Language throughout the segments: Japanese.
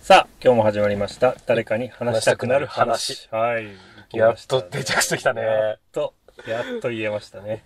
さあ、今日も始まりました。誰かに話したくなる話し話。はい。やっと出定着してきたね。やっと、やっと言えましたね。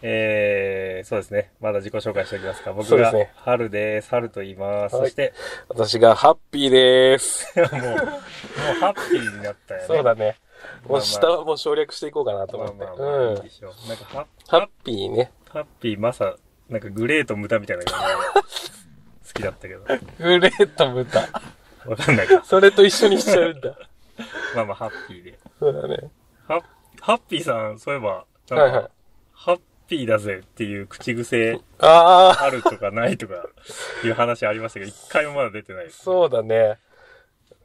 えー、そうですね。まだ自己紹介しておきますか。僕そうでがすね、春です。春と言います。はいそして、 私がハッピーでーす。もう、もうハッピーになったよね。 そうだね。まあま もあう下はもう省略していこうかなとま思あって。まあまあ、ういいんで。しょう。なんかハ、ハッピーね。ハッピー、まさ、なんかグレーとムタみたいな感じで好きだったけど。グレート豚。わかんないけど。それと一緒にしちゃうんだ。 まあまあ、ハッピーで。そうだね。ハッハッピーさん、そういえば、なんか、はいはい。ハッピーだぜっていう口癖ああ、あるとかないとかいう話ありましたけど、一回もまだ出てないです。そうだね。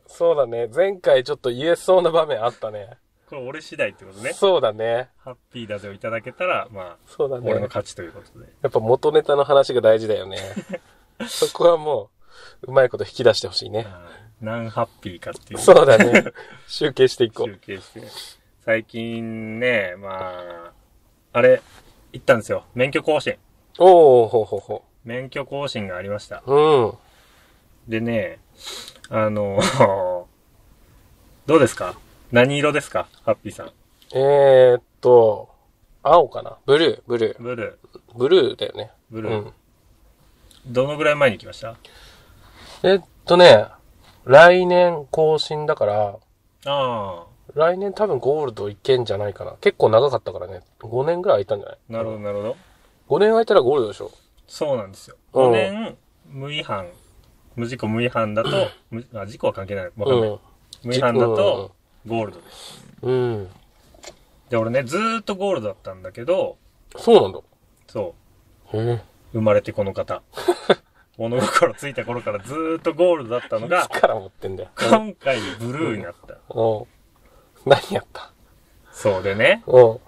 そうだね。前回ちょっと言えそうな場面あったね。これ俺次第ってことね。そうだね。ハッピーだぜをいただけたら、まあ、そうだね。俺の勝ちということで。やっぱ元ネタの話が大事だ よね。そこはもう、うまいこと引き出してほしいね。何ハッピーかっていうそうだね。集計していこう集。計して。最近ね、まあ、あれ、行ったんですよ。免許更新。おー、ほうほうほ免許更新がありました。う。うん。でね、あの、どうですか何色ですかハッピーさん。えー、っと、青かなブルー、ブルブルー。ー。ブルーだよね。ブルうー。ん。どのぐらい前に来ましたえっとね、来年更新だから、ああ、来年多分ゴールドいけんじゃないかな。結構長かったからね。5年ぐらい空いたんじゃないなるほど、なるほど。ど。5年空いたらゴールドでしょ。そうなんですよ。う5ん年、無違反、無事故無違反だ と、無あ事故は関係ない。わかんない。うん。無違反だと、ゴールドです。うん。で、俺ね、ずーっとゴールドだったんだけど、そうなんだ。そへう、生まれてこの 方。物心ついた頃からずーっとゴールドだったのえ。い がつ、から持ってんだよ。今回ブルーになった。お何やったそうでね、お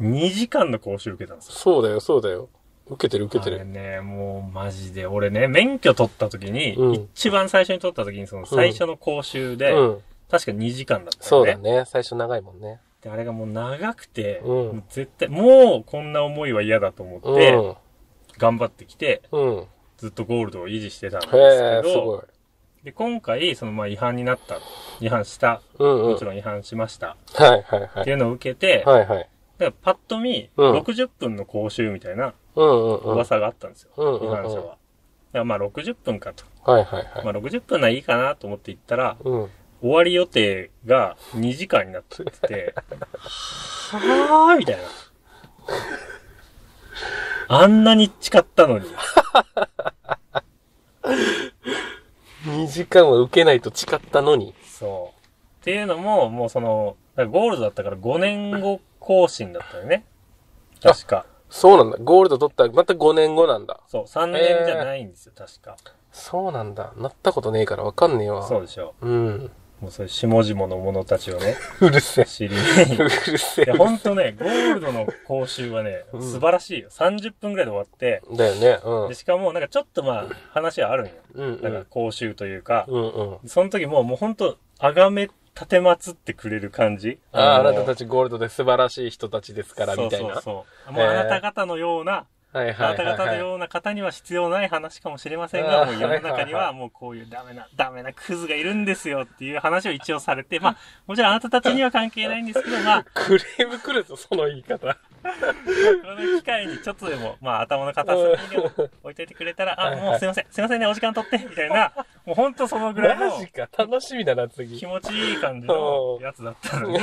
2時間の講習受けたんですよ。そうだよ、そうだよ。受けてる、受けてあれる。ね、もうマジで、俺ね、免許取った時に、うん一番最初に取った時に、その最初の講習で、うん。確か2時間だったよね。そうだね。最初長いもんね。で、あれがもう長くて、うんもう絶対、もうこんな思いは嫌だと思うって、ん。頑張ってきて、うん。へずっとゴールドを維持してたんですけえ、すど、ごい。で、今回、そのまあ違反になった、違反した、うんうん。もはちいろん違反しました、はいはってい。いうのを受けて、はいはい。だからパッと見、うん60分の講習みたいなうんうんうん。噂があったんですよ、うんうんうん違反者は。だからまあ60分かと。はいはいまはい。あ60分ならいいかなと思って行ったら、うん。終わり予定が2時間になってて、はぁーみたいな。あんなに誓ったのに。 2時間は受けないと誓ったのに。そう。っていうのも、もうその、だからゴールドだったから5年後更新だったよね。確か。そうなんだ。ゴールド取ったらまた5年後なんだ。そう、3年じゃないんですよ、確か。そうなんだ。なったことねえからわかんねえわ。そうでしょう。うん。う。もうそういう下々の者たちをね、うるせえ。知りうに。るせいや、え。ほんとね、ゴールドの講習はね、うん素晴らしいよ。30分くらいで終わって、だよね。うんで、しかも、なんかちょっとまあ、話はあるんよ。うんうだからん。講習というか、うんうん。その時もうもうほんと、あがめ立てまつってくれる感じ。ああ、あなたちたちゴールドで素晴らしい人たちですから、みたいそうな。そうそう。もうえーあなた方のような、はいあはないたはい方のはい。ような方には必要ない話かもしれませんあが、ーもう世の中にはいはいははいもうこういうダメな、ダメなクズがいるんですよっていう話を一応されて、まあ、もちろんあなたたちには関係ないんですけど、まあ、クレーム来るぞ、その言い方。この機会にちょっとでも、まあ、頭の片隅にでも置いといてくれたら、あ、もうすいません、すいませんね、お時間取って、みたいな、もうほんとそのぐらいマのジか、楽しみだな、気次。持ちいい感じのやつだった のに、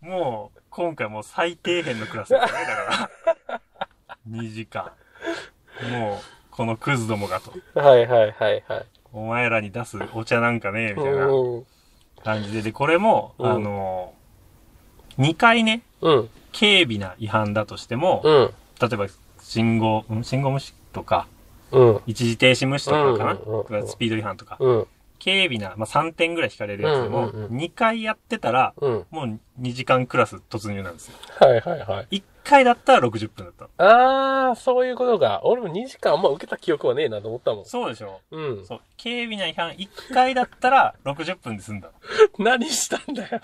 もう、今回もう最底辺のクラスですね、だから。2時 間。もう、このクズどもがと。はいはいはいはい。お前らに出すお茶なんかねえ、みう。たいなん感じで。で、これも、うんあの、2回ね、うん。軽微な違反だとしても、うん。例えば、信号、ん信号無視とか、うん。一時停止無視とかうんうんかうんうな、んスピード違反とか、うん。軽微な、まあ、3点ぐらい引かれるやつでも、うんうんうん2回やってたら、うん。もう2時間クラス突入なんですよ。はいはいはい。 1回だったら60分だったの。あー、そういうことか。俺も2時間あんま受けた記憶はねえなと思ったもん。そうでしょうん。そう。警備な違反1回だったら60分で済んだ。何したんだよ。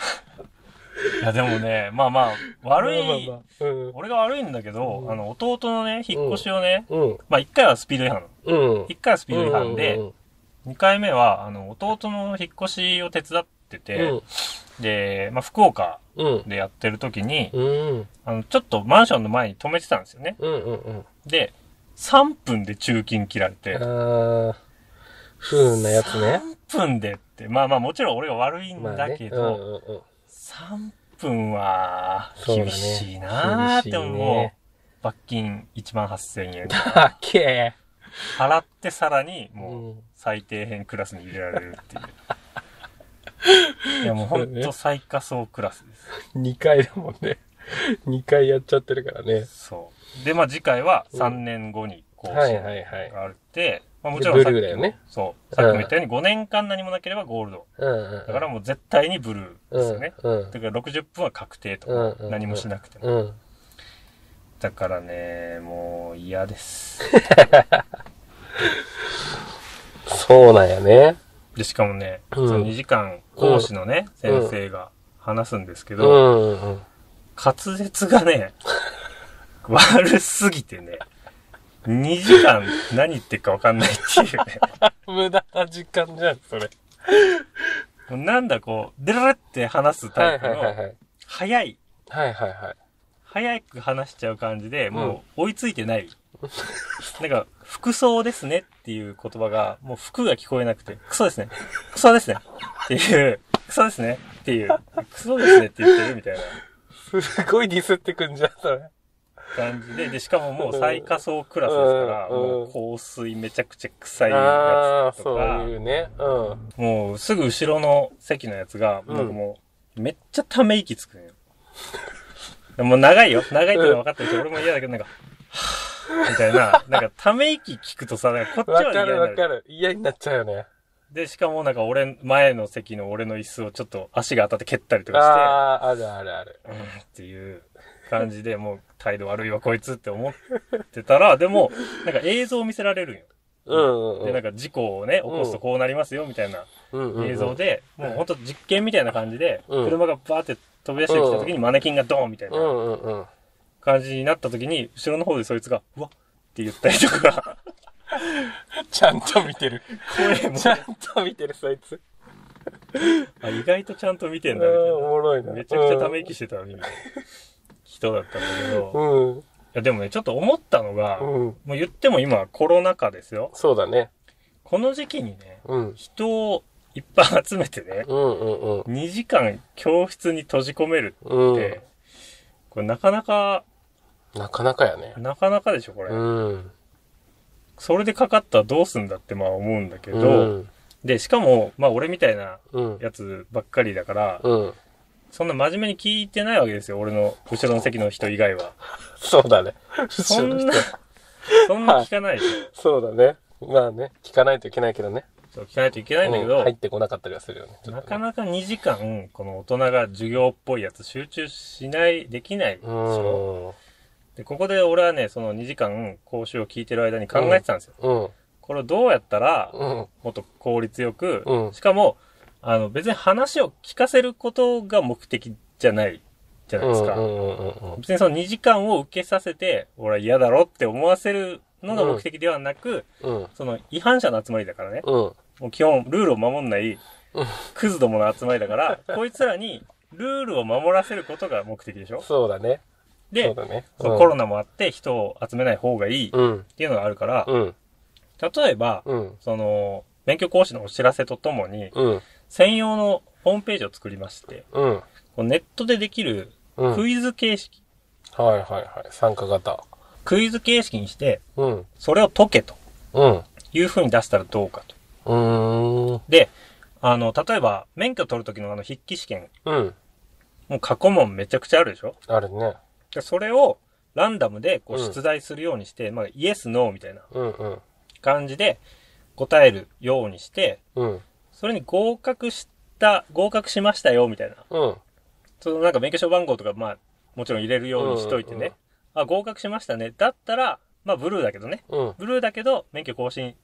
いや、でもね、まあまあ、悪い、まあまあまあうん。俺が悪いんだけど、うんあの、弟のね、引っ越しをね、うん。まあ1回はスピード違反。うん。 1回はスピード違反で、うん2回目は、あの、弟の引っ越しを手伝ってて、うん。で、まあ、福岡うん。でやってる時に、うん。あの、ちょっとマンションの前に止めてたんですよね。うん。うん。で、3分で中金切られて、あー、不運なやつね。 3分でって、まあまあもちろん俺が悪いんまあだね。けうんど、うんうん。 3分はそうだね厳しいなーって厳しいね思う。罰金1万8000円。たっけ払ってさらに、ーもう、うん最底辺クラスに入れられるってい う。いやもうほんと最下層クラスです。二回だもんね。二回やっちゃってるからね。そう。で、まあ次回は3年後に更はい新はいはい。があって、まあもちろんさっきブルーだよねそう。さっきも言ったように5年間何もなければゴールド。うんうん。だからもう絶対にブルーですよね。うんうんだから60分は確定と。うんうんうん何もしなくても。うん。だからね、もう嫌 です。そうなんやね。で、しかもね、うんその2時間講師のね、先生が話すんですけうど、んうん滑舌がね、 悪すぎてね、2時間何言ってるか分かんないっていうね。うん。無駄な時間じゃん、それ。もうなんだこう、デララって話すはタいイプはいはいの、はい。早い、はいはいはい。早く話しちゃう感じで、もう追いついて ない。なんか、服装ですねっていう言葉が、もう服が聞こえなくて、クソですね。クソですね。っていう、クソですね。っていう、クソですねって言ってるみたいなすごいディスってくんじゃん、それ。感じで、で、しかももう最下層クラスですから、うんもう香水めちゃくちゃ臭いあやあ、つそとうか、いうね。うん。もうすぐ後ろの席のやつが、うんなんかもう、めっちゃため息つくんよ。 でも長いよ。長いっていうのは分かってるし、俺も嫌だけど、なんか、はぁみたいな、なんかため息聞くとさ、なんかこっわちかは嫌にるなわる。かる。嫌になっちゃうよね。で、しかもなんか俺、前の席の俺の椅子をちょっと足が当たって蹴ったりとかああ、あるあるある。して、うん、っていう感じで、もう態度悪いわこいつって思ってたら、でも、なんか映像を見せられるんよ。うんうんで、うなんん。か事故をね、起こすとこうなりますよ、みたいな。うんうんうん映像。で、もうほんと実験みたいな感じで、うん車がバーって飛び出してきた時にマネキンがドーンみたいうなんうんうん。感じになった時に、後ろの方でそいつが、うわっって言ったりと か、ちゃんと見てる。声もち、ゃんと見てる、そいつ。あ意外とちゃんと見てうんん、だみおもろいたいな。な。めちゃくちゃため息してたのに、人だったんだけうど、いん。うん。やでもね、ちょっと思ったのが、うん。もう言っても今コロナ禍ですよ。そうだね。この時期にね、うん。人をいっぱい集めてね、うんうんうん。 2時間教室に閉じ込めるっうてん、。これなかなか、なかなかやね。なかなかでしょ、これ。うん。それでかかったらどうすんだってまあ思うんだけど、うん。で、しかも、まあ俺みたいなうん。やつばっかりだから、うん。そんな真面目に聞いてないわけですよ、俺の後ろの席の人以外は。そうだね。、そんなそんな聞かないでしょ。そうだね。まあね、聞かないといけないけどね。そう聞かないといけないんだけど、うん入ってこなかったりはするよね。ちょなっとねかなか2時間、この大人が授業っぽいやつ集中しない、できないでしょ。で、ここで俺はね、その2時間講習を聞いてる間に考えてたんですよ。うん。これをどうやったら、うん。もっと効率よく、うんしかも、あの、別に話を聞かせることが目的じゃないじゃないですか。うんうんうんうん別にその2時間を受けさせて、俺は嫌だろって思わせるのが目的ではなく、うん。その違反者の集まりだからね。うん。もう基本、ルールを守んないうん、クズどもの集まりだ から、こいつらに、ルールを守らせることが目的でしょそうだね。で、そうだね。そのうんコロナもあって人を集めない方がいいっうん。ていうのがあるから、うん。例えば、うん。その、免許講師のお知らせとともに、うん。専用のホームページを作りまして、うん。こうネットでできるうん。はいクイズ形式、はいはい。参加型。クイズ形式にして、うん。それを解けとうん。ういう風に出したらどうかと。ーん。で、あの、例えば、免許取る時のあの筆記試験、うん。もう過去問めちゃくちゃあるでしょあるね。でそれをランダムでこううん出題するようにして、まあ、イエス、ノーみたいなうんうん。感じで答えるようにして、うん。それに合格した、合格しましたよ、みたいな。うん。そのなんか免許証番号とか、まあ、もちろん入れるようにしといてね。うんうんあ、合格しましたね。だったら、まあ、ブルーだけどね。うん。ブルーだけど、免許更新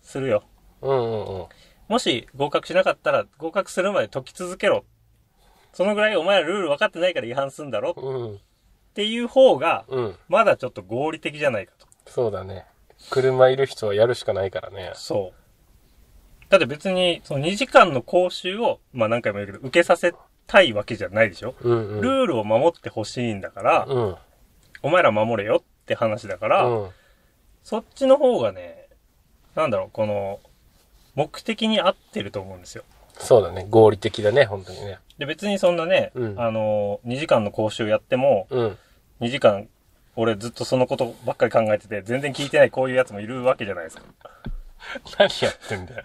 するよ。うんうんうん。もし合格しなかったら、合格するまで解き続けろ。そのぐらいお前らルール分かってないから違反すんだろっうん。ていう方が、うん。まだちょっと合理的じゃないかと。そうだね。車いる人はやるしかないからね。そう。だって別に、その2時間の講習を、まあ何回も言うけど、受けさせたいわけじゃないでしょうんうルん。ールを守ってほしいんだから、うん。お前ら守れよって話だから、うん。そっちの方がね、なんだろう、この、目的に合ってると思うんですよ。そうだね。合理的だね、本当にね。で、別にそんなね、うんあの、2時間の講習やっても、うん。 2時間、俺ずっとそのことばっかり考えてて、全然聞いてないこういうやつもいるわけじゃないですか。何やってんだよ。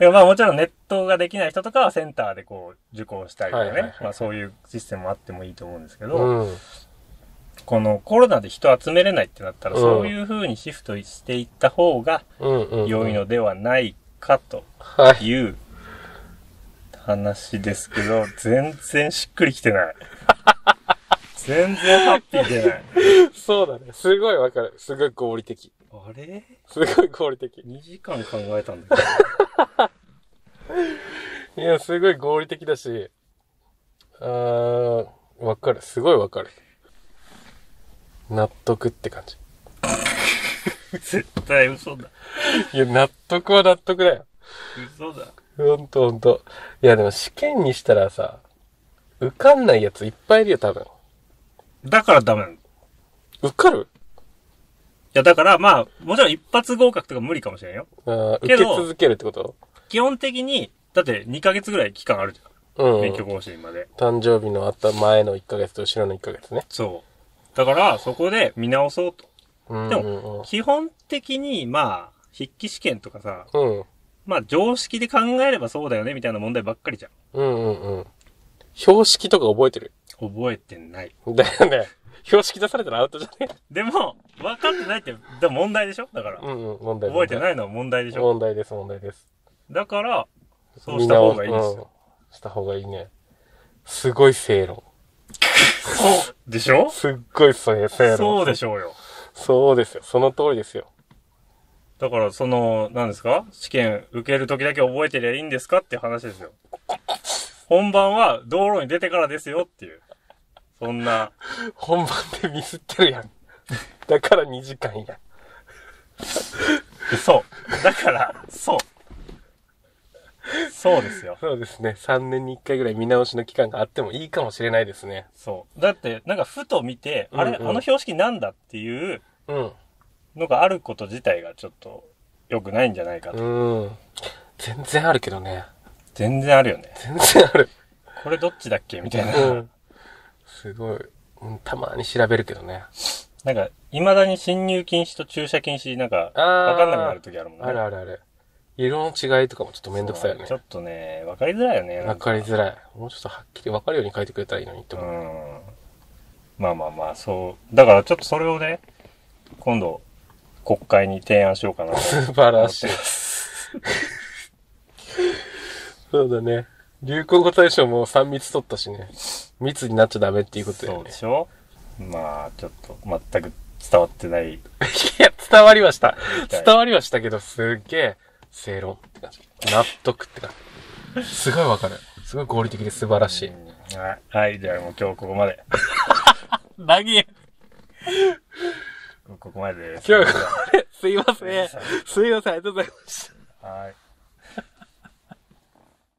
でまあもちろんネットができない人とかはセンターでこう受講したりとかはいはいはねい、まあそういうシステムもあってもいいと思うんですけど、うん。このコロナで人集めれないってなったら、うんそういう風にシフトしていった方がうんうん。良いの。ではないかとはい。いう話ですけど、 全然しっくりきて ない。全然ハッピーでない。 そうだね。すごいわかる。すごい合理的。あれすごい合理的。 ?2 時間考えたんだけど。いや、すごい合理的だし。あー、わかる。すごいわかる。納得って感じ。 絶対嘘だ。いや、納得は納得だよ。嘘だ。ほんとほんと。いや、でも試験にしたらさ、受かんないやついっぱいいるよ、多分。だからダメなの。受かるいや、だから、まあ、もちろん一発合格とか無理かもしれんよ。あー受けけど続けるってこと基本的に、だって2ヶ月ぐらい期間あるじうんゃん。う勉ん。強更新まで。誕生日のあった前の1ヶ月と後ろの1ヶ月ね。そう。だから、そこで見直そうと。うんでうん基本的に、まあ、筆記試験とかさ、うん。うん。まあ、常識で考えればそうだよね、みたいな問題ばっかりじゃん。うんうんうん。標識とか覚えてる覚えてない。だよね。標識出されたらアウトじゃねでも、分かってないって、だ問題でしょだからう。んうん、問題覚えていないのは問題でしょ問題です、問題です。だから、そうした方がいいですよ。うんした方がいいね。すごい正論。そうでしょすっごいそういう正論。そうでししょうよ。そうですよ。その通りですよ。だから、その、何ですか試験受ける時だけ覚えてりゃいいんですかっていう話ですよ。本番は道路に出てからですよっていう。そんな、本番でミスってるやん。だから2時間やん。そう。だから、そう。そうですよ。そうですね。3年に1回ぐらい見直しの期間があってもいいかもしれないですね。そう。だって、なんかふと見て、あれ、うんうんあの標識なんだっていううん。のがあること自体がちょっと良くないんじゃないかと。うん。全然あるけどね。全然あるよね。全然ある。これどっちだっけみたいな。うん。すごい。うんたまに調べるけどね。なんか、未だに侵入禁止と駐車禁止、なんか、あーわかんなくなる時あるもんね。あるあるある。色の違いとかもちょっとめんどくさいよねち。ょっとね、わかりづらいよね。わかりづらい。もうちょっとはっきりわかるように書いてくれたらいいのにってう思う。ん。まあまあまあ、そう。だからちょっとそれをね、今度、国会に提案しようかな と素晴思らっしていま。す。そうだね。流行語大賞も3密取ったしね。密になっちゃダメっていうことだそようでね。しょまあ、ちょっと、全く伝わってない。 いや、伝わりました。たい伝わりましたけど、すっげえ、正論って感じ。納得って感じ。すごいわかる。すごい合理的で素晴らしい。うんはいはい、じゃあもう今日ここまで。投げここまでです。今日これ、すいませんさ。すいません、ありがとうございました。はい。